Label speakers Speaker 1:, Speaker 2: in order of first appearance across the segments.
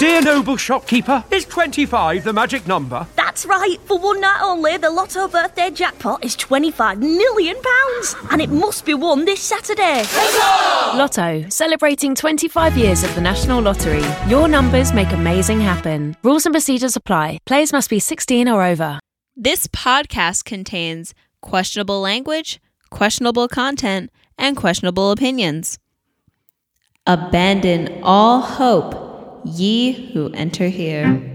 Speaker 1: Dear noble shopkeeper, is 25 the magic number?
Speaker 2: That's right. For one night only, the Lotto birthday jackpot is £25 million, and it must be won this Saturday.
Speaker 3: Lotto, celebrating 25 years of the National Lottery. Your numbers make amazing happen. Rules and procedures apply. Players must be 16 or over.
Speaker 4: This podcast contains questionable language, questionable content, and questionable opinions. Abandon all hope, ye who enter here.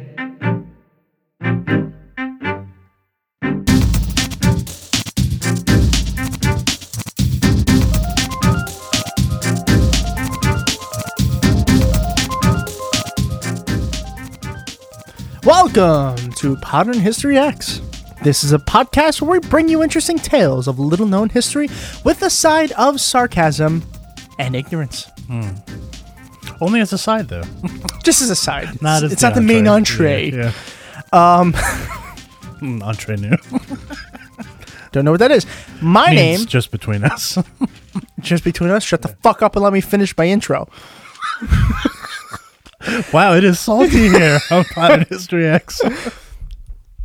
Speaker 5: Welcome to Modern History X. This is a podcast where we bring you interesting tales of little known history with a side of sarcasm and ignorance.
Speaker 6: Only as a side, though.
Speaker 5: Just as a side.
Speaker 6: Not
Speaker 5: it's
Speaker 6: as
Speaker 5: it's not the main entree.
Speaker 6: Yeah. Um. entree new.
Speaker 5: Don't know what that is. My
Speaker 6: Means
Speaker 5: name,
Speaker 6: just between us.
Speaker 5: just between us, shut the fuck up and let me finish my intro.
Speaker 6: wow, it is salty here on Planet History X.
Speaker 5: Uh,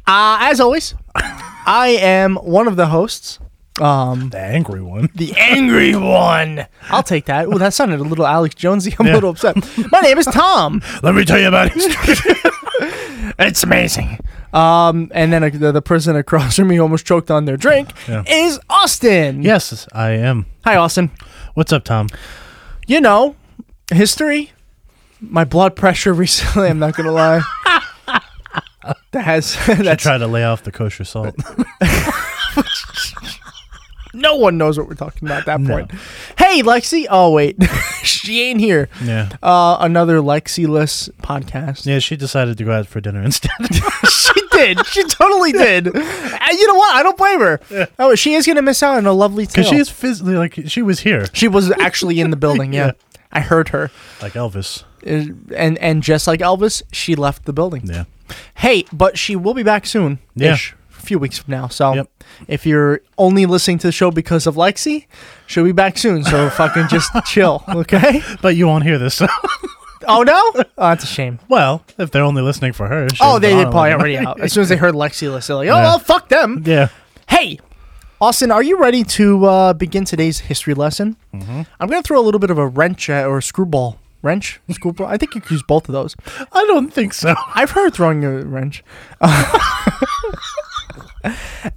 Speaker 5: as always, I am one of the hosts. Um,
Speaker 6: The angry one.
Speaker 5: the angry one. I'll take that. Well, that sounded a little Alex Jonesy. I'm a
Speaker 6: Yeah.
Speaker 5: little upset. My name is Tom.
Speaker 6: Let me tell you about history.
Speaker 5: It's amazing. Um, and then uh, the, the person across from me almost choked on their drink
Speaker 6: Yeah.
Speaker 5: is Austin.
Speaker 6: yes, I am.
Speaker 5: Hi, Austin.
Speaker 6: What's up, Tom?
Speaker 5: You know, history, my blood pressure recently, I'm not going to lie. that has,
Speaker 6: I
Speaker 5: that's,
Speaker 6: try to lay off the kosher salt.
Speaker 5: no one knows what we're talking about at that
Speaker 6: No.
Speaker 5: point. Hey, Lexi. Oh, wait. she ain't here.
Speaker 6: yeah.
Speaker 5: Uh, another Lexi-less podcast.
Speaker 6: Yeah, she decided to go out for dinner instead.
Speaker 5: she did. She totally did. And you know what? I don't blame her. Oh, she is going to miss out on a lovely tale.
Speaker 6: Because she is physically, like, she was here,
Speaker 5: She was actually in the building. Yeah,
Speaker 6: Yeah.
Speaker 5: I heard her,
Speaker 6: like Elvis.
Speaker 5: Uh, and and just like Elvis, she left the building.
Speaker 6: Yeah.
Speaker 5: Hey, but she will be back soon.
Speaker 6: Yeah.
Speaker 5: a few weeks from now. So
Speaker 6: Yep.
Speaker 5: if you're only listening to the show because of Lexi, she'll be back soon. So fucking just chill, okay?
Speaker 6: But you won't hear this.
Speaker 5: Oh no, oh that's a shame.
Speaker 6: well, if they're only listening for her. she
Speaker 5: Oh,
Speaker 6: was
Speaker 5: they, they
Speaker 6: on
Speaker 5: probably
Speaker 6: them.
Speaker 5: already out. As soon as they heard Lexi, list, they're like, oh
Speaker 6: Yeah.
Speaker 5: well, fuck them.
Speaker 6: Yeah.
Speaker 5: Hey, Austin, are you ready to uh, begin today's history lesson? I'm gonna throw a little bit of a wrench at, or a screwball. Wrench, screwball. I think you could use both of those.
Speaker 6: I don't think so.
Speaker 5: I've heard throwing a wrench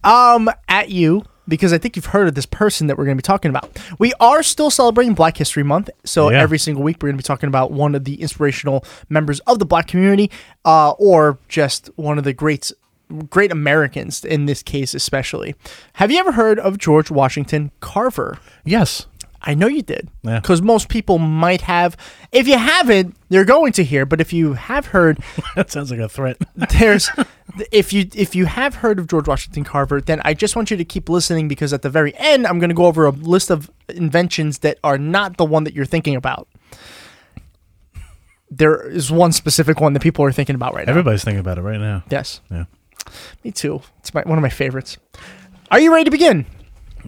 Speaker 5: um, at you because I think you've heard of this person that we're going to be talking about. We are still celebrating Black History Month, so
Speaker 6: Yeah.
Speaker 5: every single week we're going to be talking about one of the inspirational members of the Black community, uh, or just one of the greats, great Americans in this case, especially. Have you ever heard of George Washington Carver?
Speaker 6: Yes.
Speaker 5: I know you did.
Speaker 6: Yeah.
Speaker 5: Because most people might have. If you haven't, you're going to hear. But if you have heard,
Speaker 6: That sounds like a threat.
Speaker 5: there's if you if you have heard of George Washington Carver, then I just want you to keep listening because at the very end I'm going to go over a list of inventions that are not the one that you're thinking about. There is one specific one that people are thinking about right now.
Speaker 6: Everybody's thinking about it right now.
Speaker 5: yes,
Speaker 6: Yeah.
Speaker 5: me too. It's my, one of my favorites. Are you ready to begin?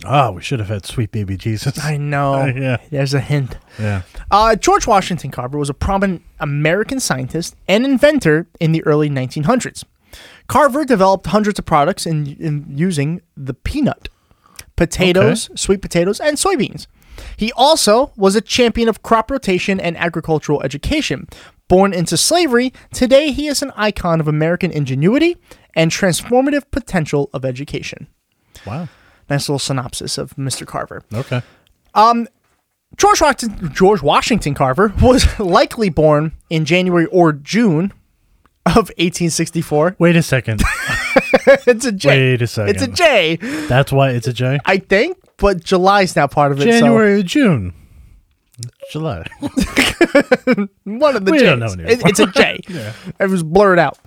Speaker 6: Ah, we should have had Sweet Baby Jesus.
Speaker 5: I know.
Speaker 6: Uh, yeah.
Speaker 5: There's a hint.
Speaker 6: Yeah.
Speaker 5: Uh, George Washington Carver was a prominent American scientist and inventor in the early 1900s. Carver developed hundreds of products in, in using the peanut, potatoes, sweet potatoes, and soybeans. He also was a champion of crop rotation and agricultural education. Born into slavery, today he is an icon of American ingenuity and transformative potential of education.
Speaker 6: Wow.
Speaker 5: Nice little synopsis of Mr. Carver.
Speaker 6: Okay.
Speaker 5: George Washington, George Washington Carver was likely born in January or June of 1864.
Speaker 6: Wait a second.
Speaker 5: It's a J.
Speaker 6: Wait a
Speaker 5: It's a
Speaker 6: second.
Speaker 5: J,
Speaker 6: That's why it's a J.
Speaker 5: I think, but July's now part of it.
Speaker 6: January or June. July.
Speaker 5: so one of the
Speaker 6: We
Speaker 5: J's.
Speaker 6: don't know anymore.
Speaker 5: It- it's a J. It was blurred out.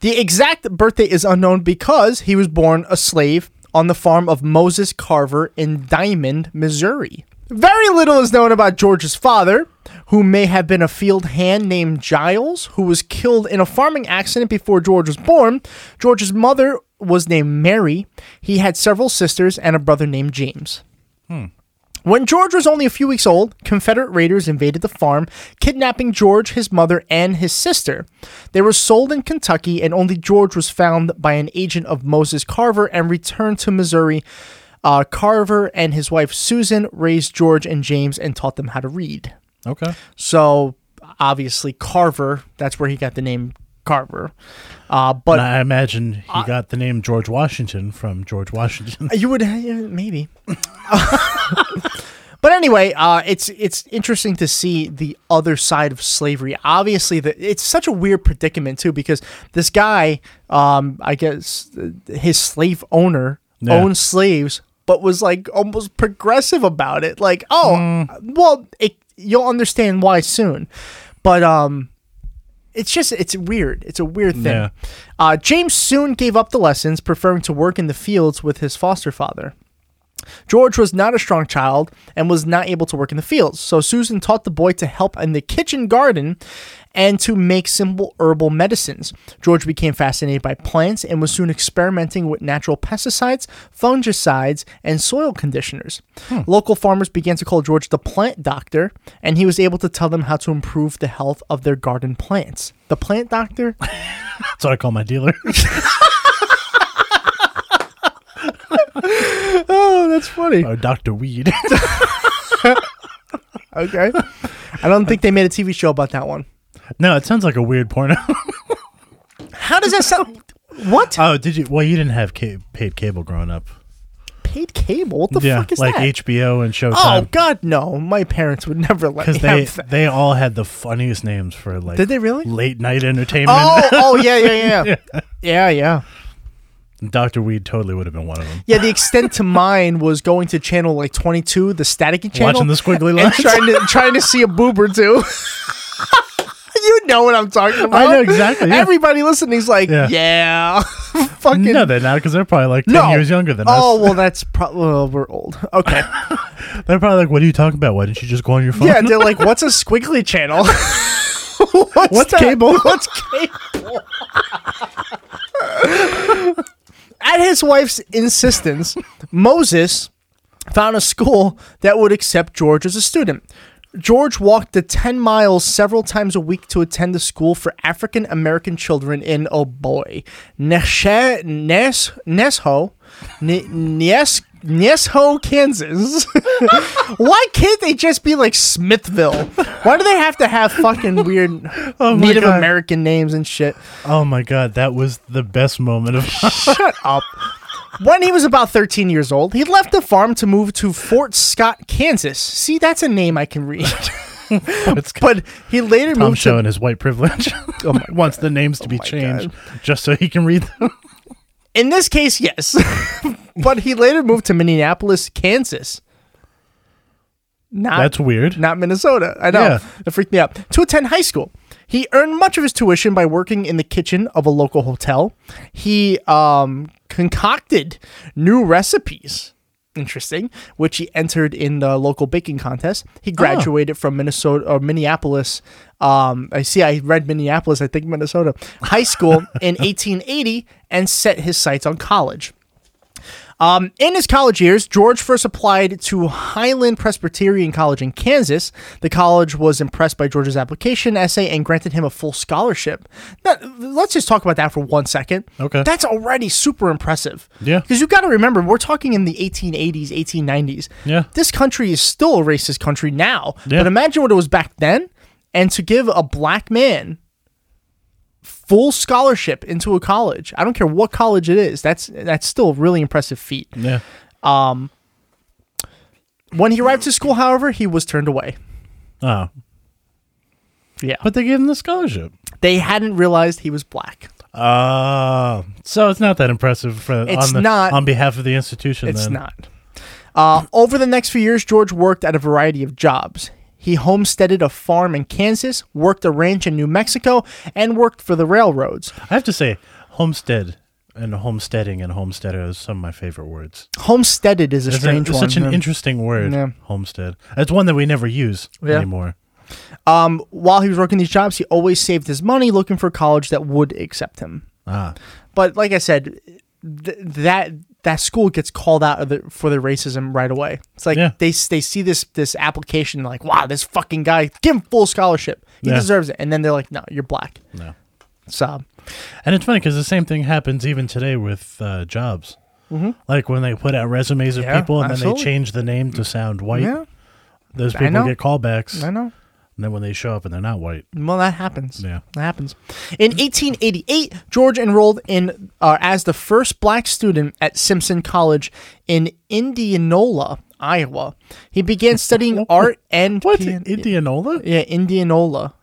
Speaker 5: The exact birthday is unknown because he was born a slave on the farm of Moses Carver in Diamond, Missouri. Very little is known about George's father, who may have been a field hand named Giles, who was killed in a farming accident before George was born. George's mother was named Mary. He had several sisters and a brother named James. When George was only a few weeks old, Confederate raiders invaded the farm, kidnapping George, his mother, and his sister. They were sold in Kentucky, and only George was found by an agent of Moses Carver and returned to Missouri. Uh, Carver and his wife Susan raised George and James and taught them how to read.
Speaker 6: Okay.
Speaker 5: So obviously Carver, that's where he got the name Carver. Uh, but
Speaker 6: And I imagine he got the name George Washington from George Washington.
Speaker 5: You would uh, yeah, maybe. but anyway, uh, it's it's interesting to see the other side of slavery. Obviously, the, it's such a weird predicament too because this guy, um, I guess, uh, his slave owner
Speaker 6: Yeah.
Speaker 5: owned slaves, but was like almost progressive about it. Like, oh,
Speaker 6: Hmm.
Speaker 5: well, it, you'll understand why soon. But um, it's just it's weird. It's a weird thing.
Speaker 6: Yeah.
Speaker 5: Uh, James soon gave up the lessons, preferring to work in the fields with his foster father. George was not a strong child and was not able to work in the fields, so Susan taught the boy to help in the kitchen garden and to make simple herbal medicines. George became fascinated by plants and was soon experimenting with natural pesticides, fungicides, and soil conditioners. Local farmers began to call George the plant doctor, and he was able to tell them how to improve the health of their garden plants. The plant doctor?
Speaker 6: That's what I call my dealer.
Speaker 5: oh, that's funny.
Speaker 6: oh, Dr. Weed.
Speaker 5: Okay. I don't think they made a TV show about that one.
Speaker 6: no, it sounds like a weird porno.
Speaker 5: How does that sound? What?
Speaker 6: oh, did you? Well, you didn't have ca- paid cable growing up.
Speaker 5: paid cable. What the
Speaker 6: yeah,
Speaker 5: fuck is
Speaker 6: like
Speaker 5: that?
Speaker 6: HBO and
Speaker 5: oh
Speaker 6: Showtime.
Speaker 5: God, no! My parents would never let me
Speaker 6: Because they,
Speaker 5: have that.
Speaker 6: they all had the funniest names for like
Speaker 5: Did they really?
Speaker 6: late night entertainment.
Speaker 5: Oh, oh yeah, yeah, yeah, yeah, yeah.
Speaker 6: Dr. Weed totally would have been one of them.
Speaker 5: Yeah, the extent to mine was going to channel like 22, the staticky channel,
Speaker 6: Watching the squiggly
Speaker 5: and
Speaker 6: lines.
Speaker 5: trying to trying to see a boob or two. you know what I'm talking about.
Speaker 6: know exactly, yeah.
Speaker 5: Everybody listening's like, yeah,
Speaker 6: Yeah.
Speaker 5: fucking
Speaker 6: No, they're not because they're probably like 10
Speaker 5: no.
Speaker 6: years younger than
Speaker 5: Oh
Speaker 6: us.
Speaker 5: well, that's probably well, we're old. Okay,
Speaker 6: They're probably like, what are you talking about? Why didn't you just go on your phone?
Speaker 5: yeah, they're like, what's a squiggly channel? what's
Speaker 6: What's
Speaker 5: that?
Speaker 6: cable?
Speaker 5: What's cable? At his wife's insistence, Moses found a school that would accept George as a student. George walked the 10 miles several times a week to attend the school for African American children in, oh boy, Nesha, Nes, Nesho, N- Nes, Nesho, Kansas. Why can't they just be like Smithville? Why do they have to have fucking weird
Speaker 6: Oh my
Speaker 5: Native
Speaker 6: God.
Speaker 5: American names and shit?
Speaker 6: Oh my god, that was the best moment of
Speaker 5: Shut up. When he was about 13 years old, he left the farm to move to Fort Scott, Kansas. See, that's a name I can read.
Speaker 6: it's
Speaker 5: but Oh he later
Speaker 6: Tom
Speaker 5: moved to
Speaker 6: showing his white privilege. Wants the names to be changed just so he can read them.
Speaker 5: In this case, yes. but he later moved to Minneapolis, Kansas. Not
Speaker 6: That's weird.
Speaker 5: not Minnesota. I know.
Speaker 6: Yeah.
Speaker 5: That freaked me out. To attend high school. He earned much of his tuition by working in the kitchen of a local hotel. He um, concocted new recipes. Interesting, which he entered in the local baking contest. He graduated from Minnesota or Minneapolis. Um, I see. I read Minneapolis. I think Minnesota high school in 1880, and set his sights on college. In his college years, George first applied to Highland Presbyterian College in Kansas. The college was impressed by George's application essay and granted him a full scholarship. Now, let's just talk about that for one second.
Speaker 6: Okay.
Speaker 5: That's already super impressive.
Speaker 6: Yeah.
Speaker 5: Because you've got to remember, we're talking in the 1880s, 1890s.
Speaker 6: Yeah.
Speaker 5: This country is still a racist country now.
Speaker 6: Yeah.
Speaker 5: But imagine what it was back then. And to give a black man full scholarship into a college, I don't care what college it is, that's that's still a really impressive feat.
Speaker 6: Yeah.
Speaker 5: When he arrived to school, however, he was turned away.
Speaker 6: Oh.
Speaker 5: Yeah.
Speaker 6: But they gave him the scholarship.
Speaker 5: They hadn't realized he was black.
Speaker 6: Uh, so it's not that impressive for,
Speaker 5: It's
Speaker 6: on, the,
Speaker 5: not.
Speaker 6: on behalf of the institution.
Speaker 5: It's
Speaker 6: then.
Speaker 5: not. Uh, over the next few years, George worked at a variety of jobs. He homesteaded a farm in Kansas, worked a ranch in New Mexico, and worked for the railroads.
Speaker 6: I have to say, homestead and homesteading and homesteader is some of my favorite words.
Speaker 5: Homesteaded is a
Speaker 6: It's, a-
Speaker 5: strange
Speaker 6: it's
Speaker 5: one. Hmm.
Speaker 6: such an interesting word,
Speaker 5: Yeah.
Speaker 6: homestead. It's one that we never use
Speaker 5: Yeah.
Speaker 6: anymore.
Speaker 5: While he was working these jobs, he always saved his money looking for a college that would accept him.
Speaker 6: Ah.
Speaker 5: But like I said, th- that that school gets called out of the, for their racism right away. It's like
Speaker 6: Yeah.
Speaker 5: they they see this this application like, wow, this fucking guy, give him full scholarship. He
Speaker 6: Yeah.
Speaker 5: deserves it. And then they're like, no, you're black.
Speaker 6: No.
Speaker 5: So
Speaker 6: And it's funny because the same thing happens even today with uh, jobs. Mm-hmm. Like when they put out resumes of
Speaker 5: Yeah,
Speaker 6: people and
Speaker 5: absolutely.
Speaker 6: then they change the name to sound white.
Speaker 5: yeah,
Speaker 6: Those
Speaker 5: I
Speaker 6: people
Speaker 5: know.
Speaker 6: get callbacks.
Speaker 5: I know.
Speaker 6: And then when they show up and they're not white,
Speaker 5: Well, that happens.
Speaker 6: Yeah.
Speaker 5: that happens. In 1888, George enrolled in uh, as the first black student at Simpson College in Indianola, Iowa. He began studying art and
Speaker 6: what
Speaker 5: pian-
Speaker 6: Indianola?
Speaker 5: E. Yeah, Indianola,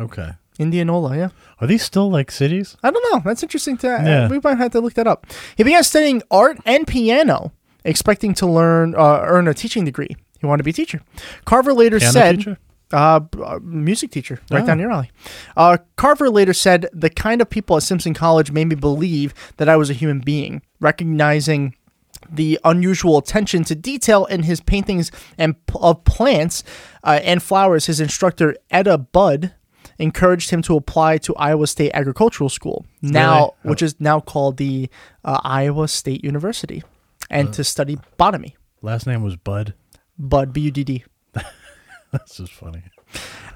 Speaker 6: Okay,
Speaker 5: Indianola. Yeah,
Speaker 6: are these still like cities?
Speaker 5: I don't know. That's interesting. To uh,
Speaker 6: Yeah.
Speaker 5: we might have to look that up. He began studying art and piano, expecting to learn uh, earn a teaching degree. He wanted to be a teacher. Carver later
Speaker 6: Piano
Speaker 5: said,
Speaker 6: teacher?
Speaker 5: Uh, b- uh, "Music teacher, right
Speaker 6: Oh.
Speaker 5: down your alley." Uh, Carver later said, "The kind of people at Simpson College made me believe that I was a human being, recognizing." The unusual attention to detail in his paintings and p- of plants uh, and flowers, his instructor Etta Budd encouraged him to apply to Iowa State Agricultural School, now
Speaker 6: Really? Oh.
Speaker 5: which is now called the uh, Iowa State University,
Speaker 6: Uh.
Speaker 5: and to study botany.
Speaker 6: Last name was Bud.
Speaker 5: Bud B U D D.
Speaker 6: This is funny.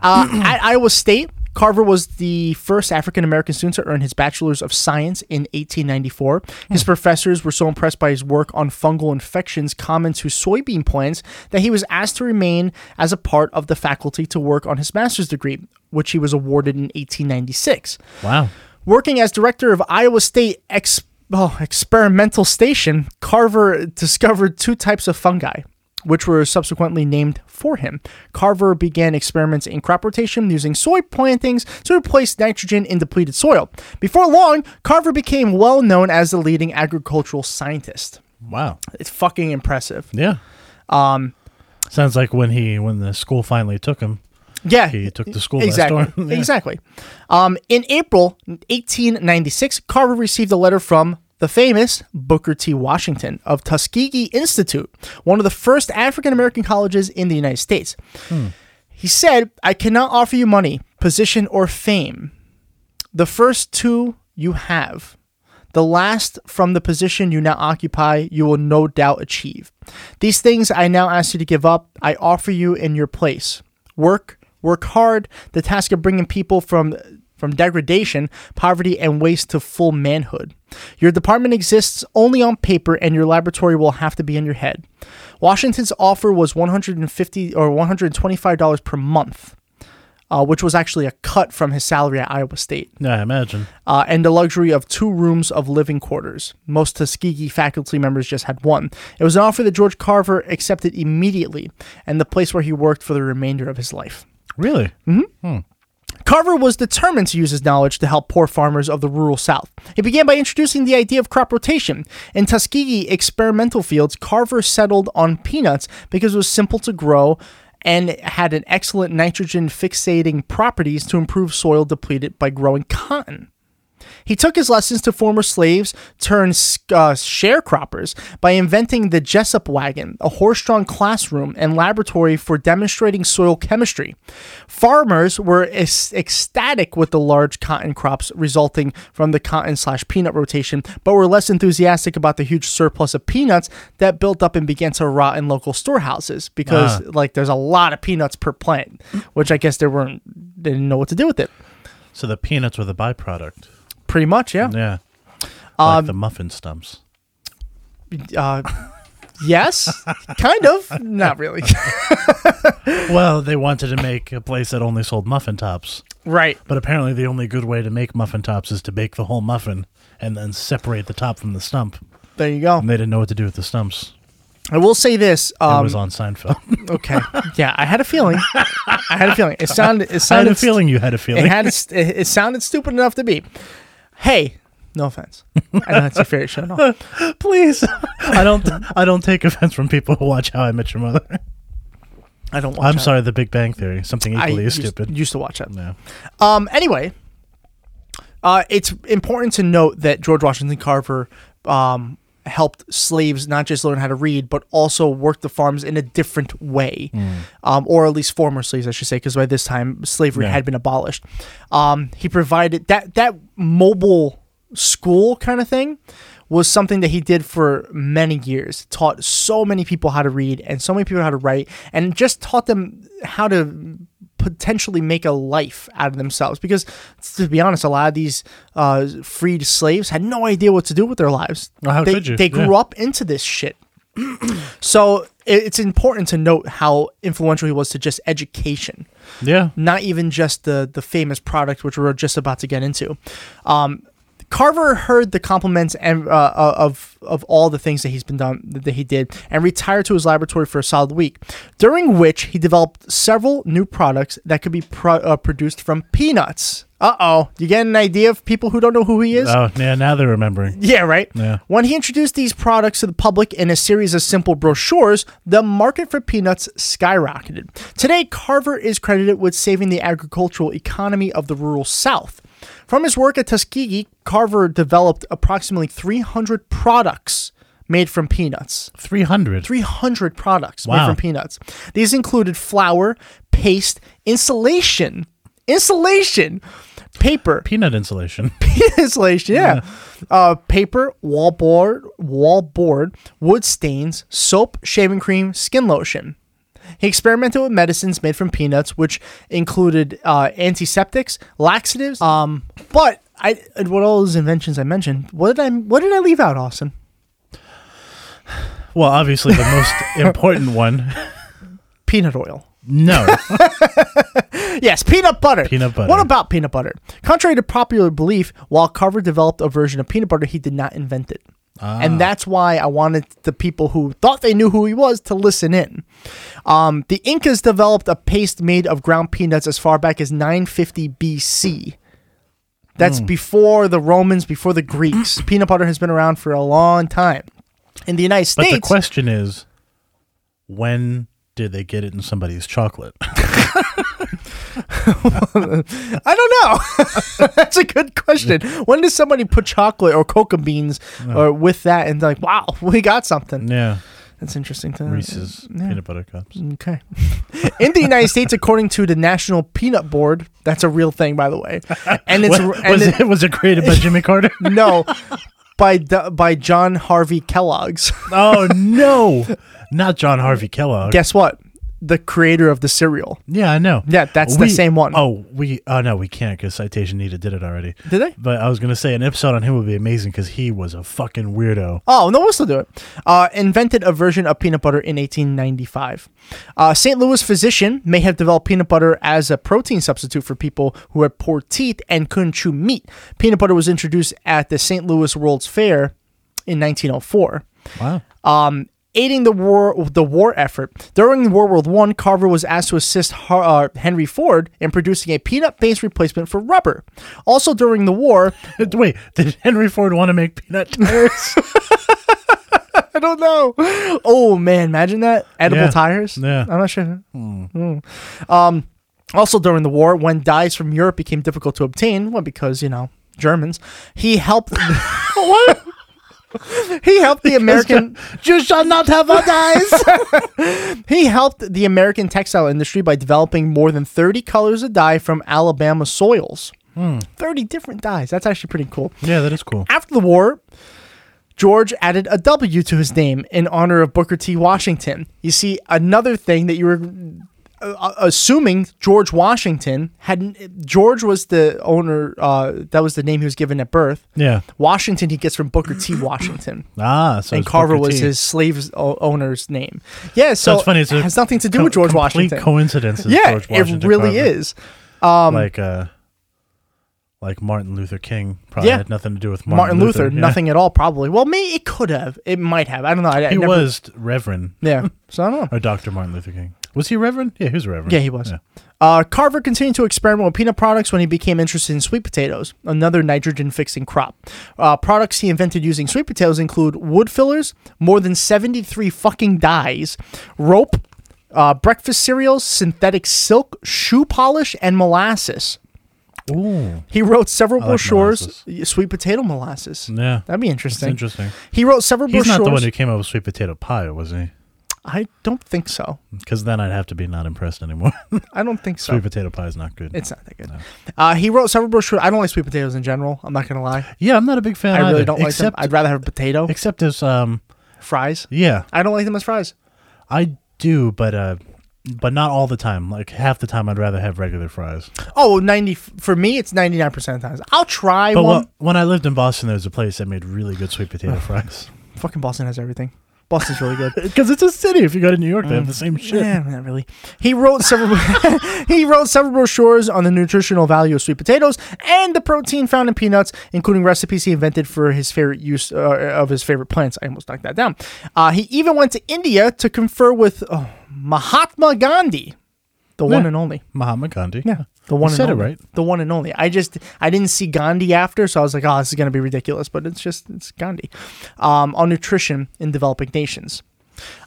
Speaker 5: Uh, at Iowa State, Carver was the first African American student to earn his Bachelor's of Science in 1894. His professors were so impressed by his work on fungal infections common to soybean plants that he was asked to remain as a part of the faculty to work on his master's degree, which he was awarded in 1896.
Speaker 6: Wow.
Speaker 5: Working as director of Iowa State Ex- oh, Experimental Station, Carver discovered two types of fungi, which were subsequently named for him. Carver began experiments in crop rotation using soy plantings to replace nitrogen in depleted soil. Before long, Carver became well known as the leading agricultural scientist.
Speaker 6: Wow.
Speaker 5: It's fucking impressive.
Speaker 6: Yeah. Um, sounds like when he when the school finally took him.
Speaker 5: Yeah,
Speaker 6: He took the school by
Speaker 5: exactly.
Speaker 6: storm. Yeah.
Speaker 5: Exactly. Um, in April 1896, Carver received a letter from the famous Booker T. Washington of Tuskegee Institute, one of the first African American colleges in the United States.
Speaker 6: Hmm.
Speaker 5: He said, "I cannot offer you money, position, or fame. The first two you have." The last from the position you now occupy, you will no doubt achieve. These things I now ask you to give up, I offer you in your place. Work, work hard, the task of bringing people from from degradation, poverty, and waste to full manhood. Your department exists only on paper, and your laboratory will have to be in your head. Washington's offer was 150 or 125 dollars per month, uh, which was actually a cut from his salary at Iowa State
Speaker 6: Yeah, I imagine.
Speaker 5: uh, and the luxury of two rooms of living quarters. Most Tuskegee faculty members just had one. It was an offer that George Carver accepted immediately, and the place where he worked for the remainder of his life.
Speaker 6: Really?
Speaker 5: Mm-hmm. Carver was determined to use his knowledge to help poor farmers of the rural South. He began by introducing the idea of crop rotation. In Tuskegee experimental fields, Carver settled on peanuts because it was simple to grow and had an excellent nitrogen fixating properties to improve soil depleted by growing cotton. He took his lessons to former slaves turned uh, sharecroppers by inventing the Jessup wagon, a horse-drawn classroom and laboratory for demonstrating soil chemistry. Farmers were ec- ecstatic with the large cotton crops resulting from the cotton slash peanut rotation, but were less enthusiastic about the huge surplus of peanuts that built up and began to rot in local storehouses because, like, there's a lot of peanuts per plant, which I guess they weren't they didn't know what to do with it.
Speaker 6: So the peanuts were the byproduct.
Speaker 5: Pretty much, yeah. Um,
Speaker 6: Yeah. like the muffin stumps.
Speaker 5: uh, yes, kind of, not really.
Speaker 6: Well, they wanted to make a place that only sold muffin tops.
Speaker 5: right.
Speaker 6: But apparently, the only good way to make muffin tops is to bake the whole muffin and then separate the top from the stump.
Speaker 5: There you go.
Speaker 6: And they didn't know what to do with the stumps.
Speaker 5: I will say this.
Speaker 6: It
Speaker 5: Um,
Speaker 6: was on Seinfeld.
Speaker 5: okay. Yeah, I had a feeling. I had a feeling. It sounded. It
Speaker 6: I had
Speaker 5: sounded.
Speaker 6: a feeling you had a feeling.
Speaker 5: It had. It, it sounded stupid enough to be. Hey, no offense. I know that's your favorite show. No.
Speaker 6: Please, I don't. I don't take offense from people who watch How I Met Your Mother.
Speaker 5: I don't. Watch
Speaker 6: I'm
Speaker 5: that.
Speaker 6: sorry, The Big Bang Theory. Something
Speaker 5: I
Speaker 6: equally as
Speaker 5: used-
Speaker 6: stupid.
Speaker 5: Used to watch that.
Speaker 6: no.
Speaker 5: Um, anyway, uh, it's important to note that George Washington Carver um, helped slaves not just learn how to read, but also work the farms in a different way, um, or at least former slaves, I should say, because by this time slavery
Speaker 6: Yeah.
Speaker 5: had been abolished. Um, he provided that that mobile school kind of thing was something that he did for many years. Taught so many people how to read and so many people how to write, and just taught them how to potentially make a life out of themselves. Because to be honest, a lot of these uh, freed slaves had no idea what to do with their lives.
Speaker 6: Well, how
Speaker 5: they,
Speaker 6: could you?
Speaker 5: They grew
Speaker 6: Yeah.
Speaker 5: up into this shit. so it- it's important to note how influential he was to just education
Speaker 6: Yeah.
Speaker 5: not even just the the famous product which we're just about to get into. Um, Carver heard the compliments and uh, of of all the things that he's been done that he did, and retired to his laboratory for a solid week, during which he developed several new products that could be pro- uh, produced from peanuts. Uh oh, you get an idea of people who don't know who he is.
Speaker 6: Oh, yeah. Now they're remembering.
Speaker 5: Yeah, right?
Speaker 6: Yeah.
Speaker 5: When he introduced these products to the public in a series of simple brochures, the market for peanuts skyrocketed. Today, Carver is credited with saving the agricultural economy of the rural South. From his work at Tuskegee, Carver developed approximately 300 products made from peanuts.
Speaker 6: 300.
Speaker 5: 300 products made
Speaker 6: Wow.
Speaker 5: from peanuts. These included flour, paste, insulation, insulation, paper,
Speaker 6: Peanut insulation.
Speaker 5: insulation. Yeah, Uh, paper, wallboard, wallboard, wood stains, soap, shaving cream, skin lotion. He experimented with medicines made from peanuts, which included uh, antiseptics, laxatives. Um, but I, and what all those inventions I mentioned, what did I, what did I leave out, Austin?
Speaker 6: Well, obviously the most important one.
Speaker 5: Peanut oil.
Speaker 6: No.
Speaker 5: Yes, peanut butter.
Speaker 6: Peanut butter.
Speaker 5: What about peanut butter? Contrary to popular belief, while Carver developed a version of peanut butter, he did not invent it.
Speaker 6: Ah.
Speaker 5: And that's why I wanted the people who thought they knew who he was to listen in. Um, the Incas developed a paste made of ground peanuts as far back as 950 BC. That's
Speaker 6: Hmm.
Speaker 5: before the Romans, before the Greeks. peanut butter has been around for a long time. In the United
Speaker 6: But
Speaker 5: States,
Speaker 6: the question is, when did they get it in somebody's chocolate?
Speaker 5: I don't know. That's a good question. When does somebody put chocolate or cocoa beans or with that and like, wow, we got something?
Speaker 6: yeah.
Speaker 5: That's interesting to
Speaker 6: Mm. Reese's peanut butter cups.
Speaker 5: Okay. In the United States, according to the National Peanut Board, that's a real thing, by the way, and it's
Speaker 6: Wa-
Speaker 5: and
Speaker 6: was
Speaker 5: it-
Speaker 6: it, was it created by Jimmy Carter?
Speaker 5: no by D- by John Harvey Kellogg's.
Speaker 6: oh no. Not John Harvey Kellogg.
Speaker 5: Guess what? The creator of the cereal.
Speaker 6: Yeah, I know.
Speaker 5: Yeah, that's the same one.
Speaker 6: Oh, we. Oh no, we can't because Citation Needed did it already.
Speaker 5: Did they?
Speaker 6: But I was gonna say an episode on him would be amazing because he was a fucking weirdo.
Speaker 5: Oh, no, we'll still do it. Uh, invented a version of peanut butter in 1895. Uh, St. Louis physician may have developed peanut butter as a protein substitute for people who had poor teeth and couldn't chew meat. Peanut butter was introduced at the St. Louis World's Fair in 1904
Speaker 6: Wow.
Speaker 5: aiding the war the war effort. During World War One, Carver was asked to assist Har- uh, Henry Ford in producing a peanut-based replacement for rubber. Also during the war,
Speaker 6: Wait, did Henry Ford want to make peanut tires?
Speaker 5: I don't know. Oh man, imagine that edible
Speaker 6: Yeah.
Speaker 5: tires.
Speaker 6: Yeah.
Speaker 5: I'm not sure. Mm. Um, also during the war, when dyes from Europe became difficult to obtain, well, because you know Germans, he helped. what? he helped the American.
Speaker 6: you shall not have a dice.
Speaker 5: He helped the American textile industry by developing more than 30 colors of dye from Alabama soils. 30 different dyes. That's actually pretty cool.
Speaker 6: yeah, that is cool.
Speaker 5: After the war, George added a W to his name in honor of Booker T. Washington. You see, another thing that you were uh, assuming George Washington had George was the owner. Uh, that was the name he was given at birth.
Speaker 6: Yeah.
Speaker 5: Washington he gets from Booker T. Washington
Speaker 6: Ah, so
Speaker 5: and
Speaker 6: it's
Speaker 5: Carver
Speaker 6: Booker
Speaker 5: was
Speaker 6: T.
Speaker 5: his slave owner's name. Yeah, so,
Speaker 6: So it's funny. It's
Speaker 5: it
Speaker 6: a
Speaker 5: has nothing to do
Speaker 6: co-
Speaker 5: with George
Speaker 6: complete
Speaker 5: Washington.
Speaker 6: Coincidence. is
Speaker 5: yeah,
Speaker 6: George Washington
Speaker 5: it really
Speaker 6: Carver.
Speaker 5: is. Um,
Speaker 6: like uh, like Martin Luther King probably
Speaker 5: Yeah.
Speaker 6: had nothing to do with
Speaker 5: Martin,
Speaker 6: Martin,
Speaker 5: Luther,
Speaker 6: yeah.
Speaker 5: nothing at all, probably. Well, maybe it could have. It might have. I don't know. I, I
Speaker 6: He
Speaker 5: never-
Speaker 6: was Reverend
Speaker 5: Yeah. So I don't know.
Speaker 6: or Doctor Martin Luther King. Was he Reverend? Yeah, he was Reverend.
Speaker 5: Yeah, he was. Uh, Carver continued to experiment with peanut products when he became interested in sweet potatoes, another nitrogen fixing crop. Uh, products he invented using sweet potatoes include wood fillers, more than 73 fucking dyes, rope, uh, breakfast cereals, synthetic silk, shoe polish, and molasses.
Speaker 6: Ooh,
Speaker 5: He wrote several
Speaker 6: like
Speaker 5: brochures. Sweet potato molasses.
Speaker 6: yeah.
Speaker 5: That'd be interesting.
Speaker 6: That's interesting.
Speaker 5: He wrote several
Speaker 6: He's
Speaker 5: brochures.
Speaker 6: not the one who came up with sweet potato pie, was he?
Speaker 5: I don't think so.
Speaker 6: Because then I'd have to be not impressed anymore.
Speaker 5: I don't think so.
Speaker 6: Sweet potato pie is not good.
Speaker 5: It's not that good. Uh, he wrote several brochures. I don't like sweet potatoes in general. I'm not gonna lie.
Speaker 6: yeah, I'm not a big fan.
Speaker 5: I really
Speaker 6: either,
Speaker 5: don't like them.
Speaker 6: except,
Speaker 5: I'd rather have a potato
Speaker 6: except as um,
Speaker 5: fries.
Speaker 6: yeah,
Speaker 5: I don't like them as fries.
Speaker 6: I do, but uh, but not all the time. Like half the time, I'd rather have regular fries.
Speaker 5: Oh, 90 for me. It's 99 percent of the times. I'll try
Speaker 6: But
Speaker 5: one.
Speaker 6: when, when I lived in Boston, there was a place that made really good sweet potato fries.
Speaker 5: Fucking Boston has everything. Boston's really good.
Speaker 6: Because it's a city. If you go to New York, they have the same shit.
Speaker 5: Yeah, Eh, not really. He wrote several he wrote several brochures on the nutritional value of sweet potatoes and the protein found in peanuts, including recipes he invented for his favorite use uh, of his favorite plants. I almost knocked that down. Uh, he even went to India to confer with oh, Mahatma Gandhi, the one
Speaker 6: Yeah.
Speaker 5: and only.
Speaker 6: Mahatma Gandhi.
Speaker 5: Yeah, the one
Speaker 6: You
Speaker 5: and
Speaker 6: said it
Speaker 5: only.
Speaker 6: right.
Speaker 5: The one and only. I just I didn't see Gandhi after, so I was like, oh, this is gonna be ridiculous. But it's just it's Gandhi um, on nutrition in developing nations.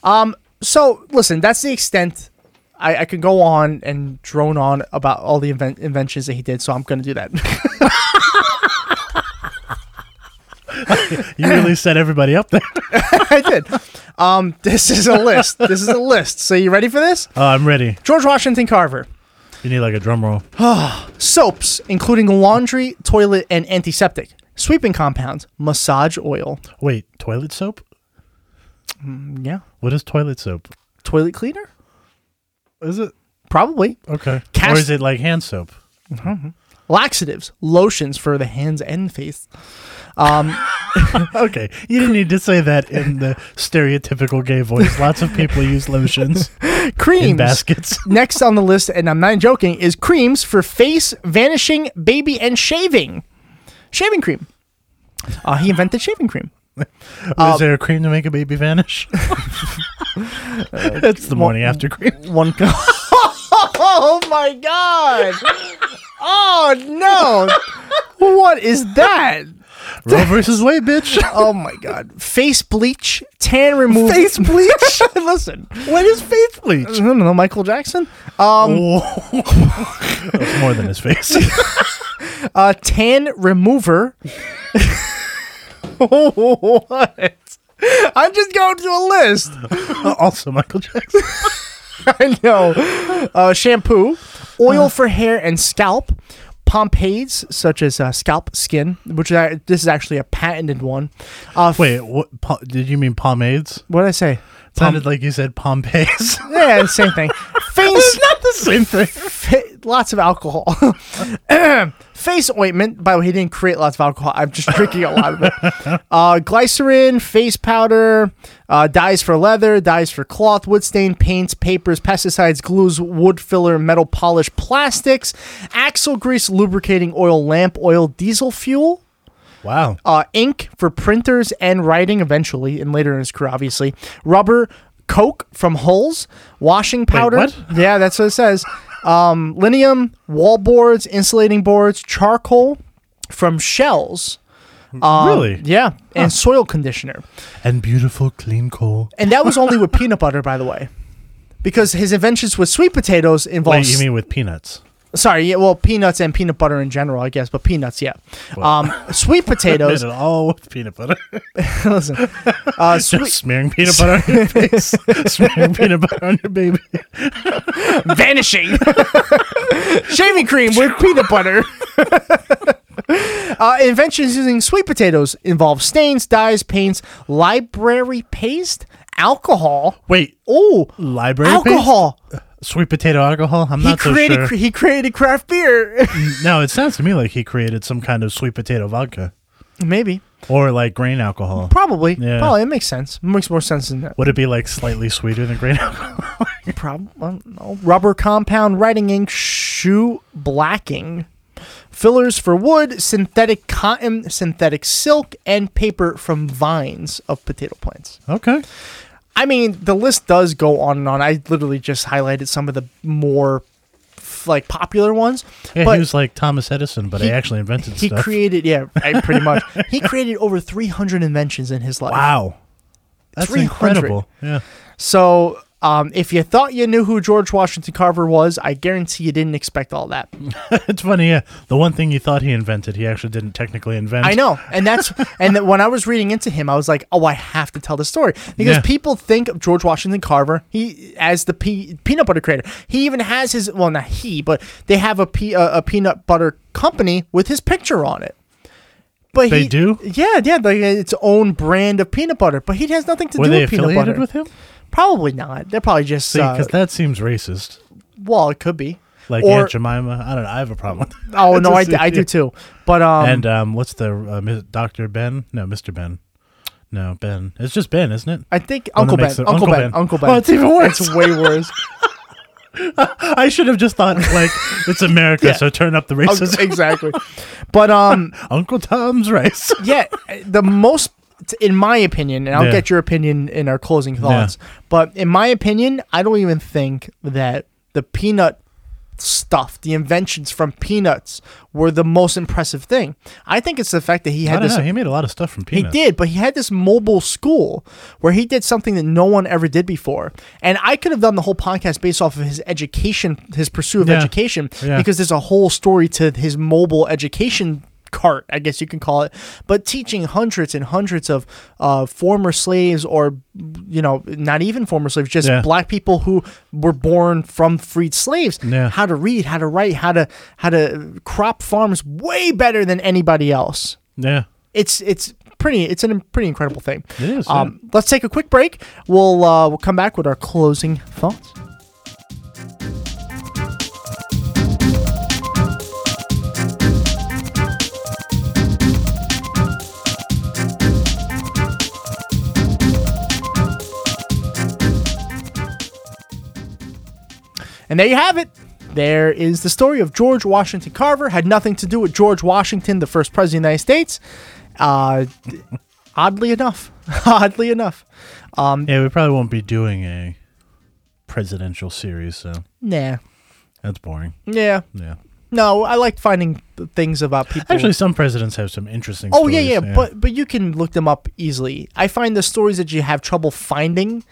Speaker 5: Um, so listen, that's the extent. I, I could go on and drone on about all the invent- inventions that he did, so I'm gonna do that.
Speaker 6: You really set everybody up there.
Speaker 5: I did. Um, this is a list. This is a list. So you ready for this?
Speaker 6: Oh, I'm ready.
Speaker 5: George Washington Carver.
Speaker 6: You need like a drum roll.
Speaker 5: Soaps, including laundry, toilet, and antiseptic. Sweeping compounds, massage oil.
Speaker 6: Wait, toilet soap?
Speaker 5: Yeah.
Speaker 6: What is toilet soap?
Speaker 5: Toilet cleaner?
Speaker 6: Is it
Speaker 5: Probably.
Speaker 6: okay?
Speaker 5: Cast-
Speaker 6: or is it like hand soap?
Speaker 5: Laxatives, lotions for the hands and face.
Speaker 6: Okay, you didn't need to say that in the stereotypical gay voice. Lots of people use lotions in
Speaker 5: Creams.
Speaker 6: baskets.
Speaker 5: Next on the list, and I'm not joking, is creams for face, vanishing, baby, and shaving. Shaving cream. Uh, he invented shaving cream.
Speaker 6: is there a cream to make a baby vanish? That's the morning after cream.
Speaker 5: One. Co- oh my god! Oh no! What is that?
Speaker 6: Roe versus Wade, bitch.
Speaker 5: Oh my god! Face bleach, tan removal. Face bleach. Listen,
Speaker 6: What is face bleach?
Speaker 5: I don't know, Michael Jackson.
Speaker 6: That's more than his face.
Speaker 5: a tan remover. what? I'm just going to a list.
Speaker 6: also, Michael Jackson.
Speaker 5: I know. Uh, shampoo, oil for hair and scalp, pompades such as uh, scalp skin, which I, this is actually a patented one. Uh, f-
Speaker 6: Wait, what? Po- did you mean pomades?
Speaker 5: what did I say?
Speaker 6: Sounded like you said Pompeii's.
Speaker 5: Yeah, same thing. Face,
Speaker 6: not the same thing.
Speaker 5: fa- lots of alcohol. face ointment. By the way, he didn't create lots of alcohol. I'm just drinking a lot of it. Uh, glycerin, face powder, uh, dyes for leather, dyes for cloth, wood stain, paints, papers, pesticides, glues, wood filler, metal polish, plastics, axle grease, lubricating oil, lamp oil, diesel fuel.
Speaker 6: Wow.
Speaker 5: Uh, ink for printers and writing eventually, and later in his career, obviously. Rubber, coke from hulls, washing powder.
Speaker 6: what?
Speaker 5: Yeah, that's what it says. Um, linium, wall boards, insulating boards, charcoal from shells.
Speaker 6: really?
Speaker 5: Yeah, and soil conditioner.
Speaker 6: And beautiful clean coal.
Speaker 5: And that was only with peanut butter, by the way. Because his inventions with sweet potatoes
Speaker 6: Wait,
Speaker 5: involves
Speaker 6: you mean with peanuts?
Speaker 5: sorry, yeah, well, peanuts and peanut butter in general, I guess, but peanuts, yeah. Um, sweet
Speaker 6: Made
Speaker 5: potatoes,
Speaker 6: it all with peanut butter.
Speaker 5: listen, uh, sweet,
Speaker 6: Just smearing peanut butter on your face. smearing peanut butter on your baby.
Speaker 5: vanishing. Shaving cream with peanut butter. uh, inventions using sweet potatoes involve stains, dyes, paints, library paste, alcohol.
Speaker 6: Wait,
Speaker 5: Oh,
Speaker 6: library paste?
Speaker 5: alcohol.
Speaker 6: Sweet potato alcohol? I'm
Speaker 5: He
Speaker 6: not so
Speaker 5: created
Speaker 6: sure.
Speaker 5: he created craft beer.
Speaker 6: no, it sounds to me like he created some kind of sweet potato vodka
Speaker 5: Maybe,
Speaker 6: or like grain alcohol.
Speaker 5: probably,
Speaker 6: Yeah.
Speaker 5: probably. It makes sense. makes more sense than that.
Speaker 6: Would it be like slightly sweeter than grain alcohol?
Speaker 5: Prob- I don't know. Rubber compound, writing ink, shoe blacking, fillers for wood, synthetic cotton, synthetic silk, and paper from vines of potato plants.
Speaker 6: Okay.
Speaker 5: I mean, the list does go on and on. I literally just highlighted some of the more f- like popular ones.
Speaker 6: Yeah,
Speaker 5: but
Speaker 6: he was like Thomas Edison, but I
Speaker 5: he-
Speaker 6: actually invented
Speaker 5: he
Speaker 6: stuff.
Speaker 5: created, yeah, I, pretty much. he created over 300 inventions in his life.
Speaker 6: wow. That's
Speaker 5: 300.
Speaker 6: incredible. Yeah.
Speaker 5: So Um, if you thought you knew who George Washington Carver was, I guarantee you didn't expect all that.
Speaker 6: it's funny. Yeah, the one thing you thought he invented, he actually didn't technically invent.
Speaker 5: I know, and that's and that when I was reading into him, I was like, oh, I have to tell the story because
Speaker 6: Yeah.
Speaker 5: people think of George Washington Carver he as the pe- peanut butter creator. He even has his well, not he, but they have a pe- a, a peanut butter company with his picture on it. But
Speaker 6: They
Speaker 5: he-
Speaker 6: do?
Speaker 5: yeah, yeah, like uh, its own brand of peanut butter. But he has nothing to
Speaker 6: Were
Speaker 5: do
Speaker 6: they
Speaker 5: with peanut butter.
Speaker 6: affiliated with him?
Speaker 5: Probably not. They're probably just
Speaker 6: See,
Speaker 5: uh,
Speaker 6: because that seems racist.
Speaker 5: well, it could be.
Speaker 6: Like
Speaker 5: Or-
Speaker 6: Aunt Jemima. I don't know. I have a problem. with that.
Speaker 5: oh no, I,
Speaker 6: Just-
Speaker 5: I do
Speaker 6: yeah.
Speaker 5: too. But um,
Speaker 6: And um, what's the uh, Ms. Dr. Ben? No, Mr. Ben. No, Ben. It's just Ben, isn't it?
Speaker 5: I think
Speaker 6: One that
Speaker 5: Uncle ben,
Speaker 6: makes it-
Speaker 5: Uncle ben, Uncle Ben.
Speaker 6: Oh, it's even worse.
Speaker 5: It's way worse.
Speaker 6: I should have just thought like it's America,
Speaker 5: Yeah.
Speaker 6: so turn up the
Speaker 5: Oh,
Speaker 6: racism.
Speaker 5: exactly. But um,
Speaker 6: Uncle Tom's rice.
Speaker 5: yeah, the most, in my opinion, and I'll
Speaker 6: Yeah.
Speaker 5: get your opinion in our closing thoughts. But in my opinion, I don't even think that the peanut stuff, the inventions from peanuts, were the most impressive thing. I think it's the fact that he
Speaker 6: I
Speaker 5: had
Speaker 6: don't
Speaker 5: this.
Speaker 6: know. He made a lot of stuff from
Speaker 5: He
Speaker 6: peanuts.
Speaker 5: did, but he had this mobile school where he did something that no one ever did before. And I could have done the whole podcast based off of his education, his pursuit of
Speaker 6: Yeah.
Speaker 5: education,
Speaker 6: Yeah.
Speaker 5: because there's a whole story to his mobile education cart, I guess you can call it, but teaching hundreds and hundreds of uh, former slaves or, you know, not even former slaves, just
Speaker 6: Yeah.
Speaker 5: black people who were born from freed slaves,
Speaker 6: Yeah.
Speaker 5: how to read, how to write, how to, how to crop farms way better than anybody else
Speaker 6: Yeah.
Speaker 5: it's it's pretty it's a pretty incredible thing.
Speaker 6: It is,
Speaker 5: Um, Let's take a quick break. We'll uh, we'll come back with our closing thoughts. And there you have it. There is the story of George Washington Carver. Had nothing to do with George Washington, the first president of the United States. Uh, oddly enough, oddly enough,
Speaker 6: Yeah, we probably won't be doing a presidential series, so
Speaker 5: nah,
Speaker 6: that's boring.
Speaker 5: yeah,
Speaker 6: Yeah.
Speaker 5: no. I like finding th- things about people.
Speaker 6: Actually, some presidents have some interesting.
Speaker 5: oh yeah,
Speaker 6: stories,
Speaker 5: yeah, but but you can look them up easily. I find the stories that you have trouble finding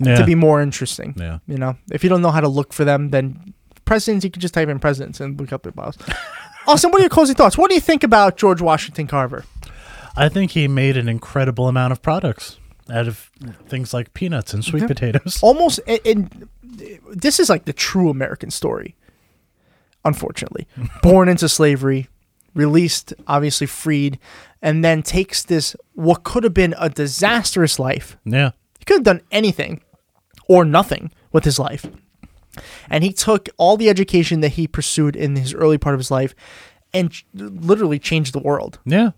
Speaker 6: Yeah.
Speaker 5: to be more interesting.
Speaker 6: Yeah.
Speaker 5: you know, if you don't know how to look for them, then presidents you can just type in presidents and look up their bios. Austin, what are your closing thoughts? What do you think about George Washington Carver?
Speaker 6: I think he made an incredible amount of products out of things like peanuts and sweet potatoes.
Speaker 5: almost and, and this is like the true American story. Unfortunately, born into slavery, released, obviously freed, and then takes this what could have been a disastrous life.
Speaker 6: Yeah.
Speaker 5: He could have done anything or nothing with his life. And he took all the education that he pursued in his early part of his life and ch- literally changed the world.
Speaker 6: Yeah.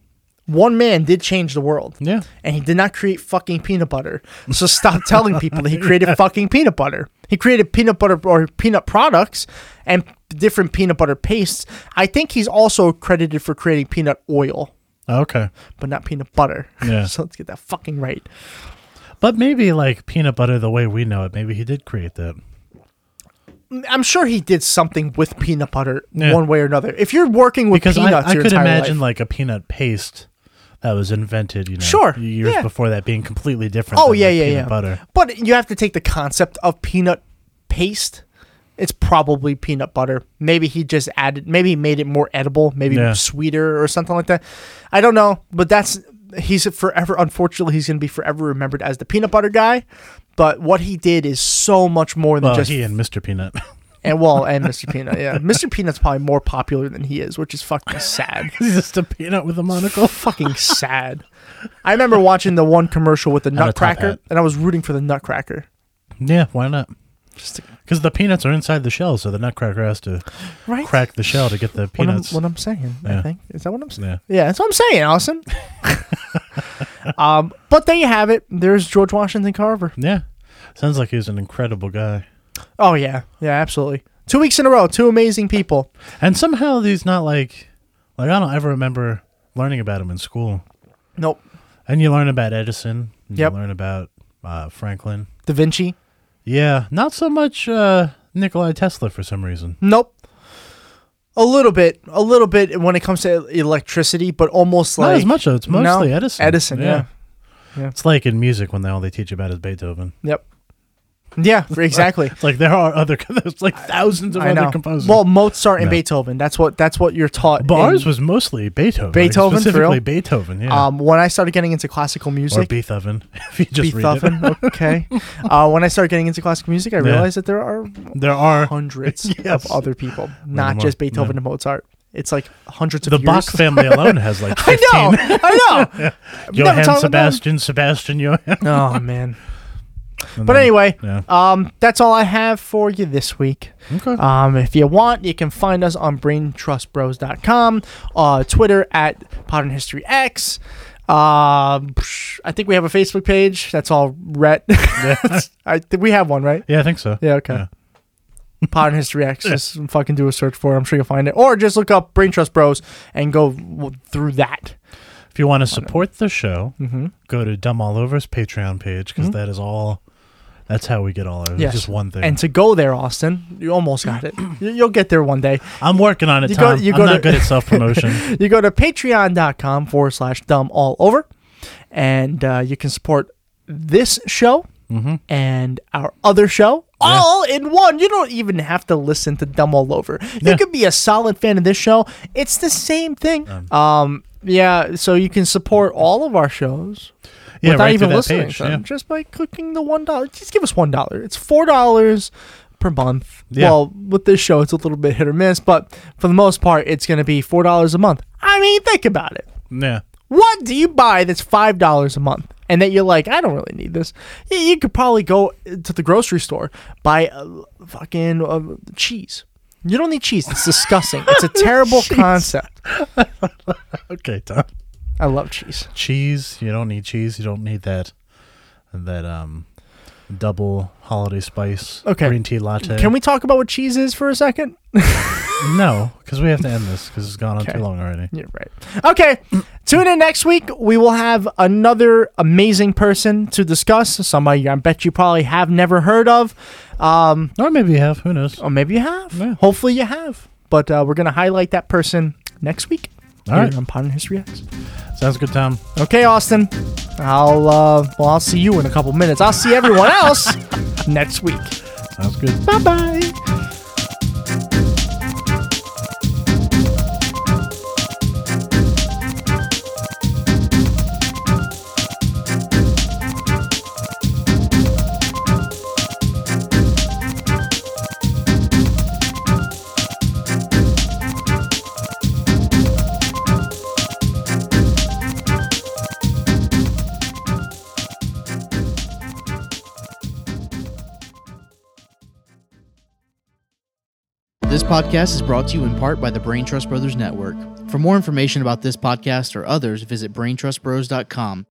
Speaker 5: One man did change the world.
Speaker 6: Yeah.
Speaker 5: And he did not create fucking peanut butter. So stop telling people that he created fucking peanut butter. He created peanut butter or peanut products and different peanut butter pastes. I think he's also credited for creating peanut oil,
Speaker 6: Okay.
Speaker 5: but not peanut butter.
Speaker 6: Yeah.
Speaker 5: so let's get that fucking right.
Speaker 6: But maybe like peanut butter the way we know it, maybe he did create that.
Speaker 5: I'm sure he did something with peanut butter
Speaker 6: Yeah.
Speaker 5: one way or another. If you're working with
Speaker 6: Because I,
Speaker 5: peanuts,
Speaker 6: I
Speaker 5: your
Speaker 6: could
Speaker 5: entire
Speaker 6: imagine
Speaker 5: life-
Speaker 6: like a peanut paste that was invented, you know,
Speaker 5: Sure,
Speaker 6: years
Speaker 5: yeah.
Speaker 6: before that being completely different.
Speaker 5: oh
Speaker 6: than,
Speaker 5: yeah,
Speaker 6: like,
Speaker 5: yeah,
Speaker 6: peanut
Speaker 5: yeah.
Speaker 6: Butter.
Speaker 5: But you have to take the concept of peanut paste. It's probably peanut butter. Maybe he just added. Maybe he made it more edible. Maybe
Speaker 6: Yeah.
Speaker 5: sweeter or something like that. I don't know. But that's he's forever. Unfortunately, he's going to be forever remembered as the peanut butter guy. But what he did is so much more than
Speaker 6: Well,
Speaker 5: just
Speaker 6: he and Mr. Peanut.
Speaker 5: and well and Mr. Peanut. Yeah, Mr. Peanut's probably more popular than he is, which is fucking sad.
Speaker 6: He's just a peanut with a monocle.
Speaker 5: fucking sad. I remember watching the one commercial with the
Speaker 6: a top
Speaker 5: Nutcracker,
Speaker 6: hat.
Speaker 5: and I was rooting for the Nutcracker.
Speaker 6: Yeah, why not?
Speaker 5: Just to,
Speaker 6: Because the peanuts are inside the shell, so the nutcracker has to
Speaker 5: right?
Speaker 6: crack the shell to get the
Speaker 5: what I'm,
Speaker 6: peanuts.
Speaker 5: what I'm saying, I
Speaker 6: Yeah.
Speaker 5: think. Is that what I'm saying?
Speaker 6: yeah.
Speaker 5: Yeah, that's what I'm saying, Allison. um, but there you have it. There's George Washington Carver.
Speaker 6: Yeah. Sounds like he was an incredible guy.
Speaker 5: Oh, yeah. Yeah, absolutely. Two weeks in a row, two amazing people.
Speaker 6: And somehow he's not like, like I don't ever remember learning about him in school.
Speaker 5: Nope.
Speaker 6: And you learn about Edison. and
Speaker 5: Yep.
Speaker 6: You learn about uh, Franklin.
Speaker 5: Da Vinci.
Speaker 6: Yeah, not so much uh, Nikolai Tesla for some reason.
Speaker 5: Nope. A little bit, a little bit when it comes to electricity, but almost
Speaker 6: not
Speaker 5: like
Speaker 6: as much though. It's
Speaker 5: No,
Speaker 6: mostly Edison.
Speaker 5: Edison, yeah.
Speaker 6: It's like in music when they all they teach about is Beethoven.
Speaker 5: Yep. Yeah, for- exactly.
Speaker 6: It's like there are other there's like thousands of
Speaker 5: I
Speaker 6: other
Speaker 5: know.
Speaker 6: composers.
Speaker 5: Well, Mozart and
Speaker 6: No.
Speaker 5: Beethoven. That's what that's what you're taught.
Speaker 6: but ours
Speaker 5: in-
Speaker 6: was mostly Beethoven.
Speaker 5: Beethoven, for
Speaker 6: specifically
Speaker 5: real?
Speaker 6: Beethoven. Yeah,
Speaker 5: Um, when I started getting into classical
Speaker 6: or
Speaker 5: music,
Speaker 6: Beethoven. If you just read
Speaker 5: Beethoven. okay. Uh, when I started getting into classical music, I realized that there are
Speaker 6: it, there are
Speaker 5: hundreds
Speaker 6: Yes.
Speaker 5: of other people, not
Speaker 6: more.
Speaker 5: just Beethoven and Mozart. It's like hundreds of
Speaker 6: the
Speaker 5: years.
Speaker 6: Bach family alone has like
Speaker 5: I
Speaker 6: fifteen.
Speaker 5: know. I know. never
Speaker 6: Johann
Speaker 5: talked about them.
Speaker 6: Sebastian, Sebastian Johann.
Speaker 5: oh man. But anyway,
Speaker 6: yeah.
Speaker 5: um, that's all I have for you this week.
Speaker 6: Okay.
Speaker 5: Um, if you want, you can find us on braintrustbros.com, uh, Twitter at Modern History X. Uh, psh, I think we have a Facebook page. That's all Rhett. I think we have one, right?
Speaker 6: yeah, I think so.
Speaker 5: Yeah, okay. Pod and History X. Just fucking do a search for it. I'm sure you'll find it. Or just look up Brain Trust Bros and go w- through that.
Speaker 6: If you want to support the show,
Speaker 5: Mm-hmm.
Speaker 6: go to Dumb All Over's Patreon page because is all. That's how we get all over.
Speaker 5: Yes.
Speaker 6: Just one thing.
Speaker 5: And to go there, Austin, you almost got it. You- You'll get there one day.
Speaker 6: I'm working on it.
Speaker 5: You go-
Speaker 6: Tom.
Speaker 5: you
Speaker 6: I'm
Speaker 5: go
Speaker 6: not
Speaker 5: to-
Speaker 6: good at self promotion.
Speaker 5: You go to patreon.com forward slash dumb all over, and uh, you can support this show and our other show. All in one. You don't even have to listen to Dumb All Over. You
Speaker 6: Yeah.
Speaker 5: could be a solid fan of this show. It's the same thing. um, yeah, so you can support all of our shows
Speaker 6: yeah,
Speaker 5: without
Speaker 6: right
Speaker 5: even
Speaker 6: through that
Speaker 5: listening
Speaker 6: page.
Speaker 5: to them,
Speaker 6: yeah.
Speaker 5: just by clicking the one dollar. Just give us one dollar. It's four dollars per month.
Speaker 6: Yeah.
Speaker 5: Well, with this show, it's a little bit hit or miss, but for the most part, it's going to be four dollars a month. I mean, think about it.
Speaker 6: yeah.
Speaker 5: What do you buy that's five dollars a month, and that you're like, I don't really need this? Y- You could probably go uh, to the grocery store buy uh, fucking uh, cheese. You don't need cheese. It's disgusting. it's a terrible concept.
Speaker 6: Okay, Tom.
Speaker 5: I love cheese.
Speaker 6: Cheese. You don't need cheese. You don't need that. That um, double holiday spice
Speaker 5: Okay.
Speaker 6: green tea latte.
Speaker 5: Can we talk about what cheese is for a second?
Speaker 6: No, because we have to end this because it's gone on
Speaker 5: Okay.
Speaker 6: too long already.
Speaker 5: You're right. Okay. Tune in next week. We will have another amazing person to discuss. Somebody I bet you probably have never heard of. Um,
Speaker 6: Or maybe you have. Who knows?
Speaker 5: or maybe you have.
Speaker 6: Yeah.
Speaker 5: Hopefully you have. But uh, we're going to highlight that person next week.
Speaker 6: All
Speaker 5: here
Speaker 6: right.
Speaker 5: On Pod and History X.
Speaker 6: Sounds good, Tom.
Speaker 5: Okay, Austin. I'll uh, well, I'll see you in a couple minutes. I'll see everyone else next week.
Speaker 6: Sounds good.
Speaker 5: Bye bye.
Speaker 7: This podcast is brought to you in part by the Brain Trust Brothers Network. For more information about this podcast or others, visit braintrustbros.com.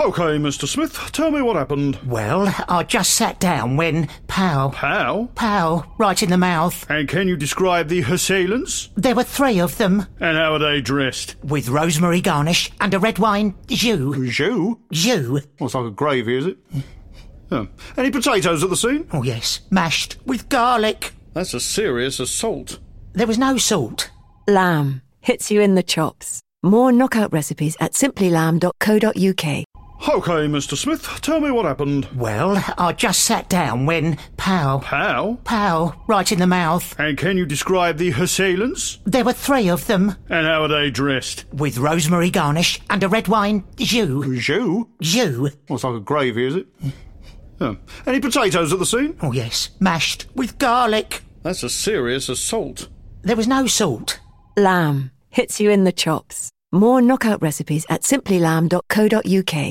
Speaker 8: Okay, Mr. Smith, tell me what happened.
Speaker 9: Well, I just sat down when pow,
Speaker 8: How?
Speaker 9: pow, right in the mouth.
Speaker 8: And can you describe the assailants?
Speaker 9: There were three of them,
Speaker 8: And how are they dressed?
Speaker 9: with rosemary garnish and a red wine. You,
Speaker 8: Jus?
Speaker 9: you.
Speaker 8: Well, it's like a gravy, is it? Oh. Any potatoes at the scene?
Speaker 9: Oh yes, mashed with garlic.
Speaker 8: That's a serious assault.
Speaker 9: There was no salt.
Speaker 10: Lamb hits you in the chops. More knockout recipes at simplylamb.co.uk.
Speaker 8: Okay, Mr. Smith, tell me what happened.
Speaker 9: Well, I just sat down when pow,
Speaker 8: How?
Speaker 9: pow, right in the mouth.
Speaker 8: And can you describe the assailants?
Speaker 9: There were three of them,
Speaker 8: And how are they dressed?
Speaker 9: with rosemary garnish and a red wine. You,
Speaker 8: Jus?
Speaker 9: you.
Speaker 8: Well, it's like a gravy, is it? Oh. Any potatoes at the scene?
Speaker 9: Oh yes, mashed with garlic.
Speaker 8: That's a serious assault.
Speaker 9: There was no salt.
Speaker 10: Lamb hits you in the chops. More knockout recipes at simplylamb.co.uk.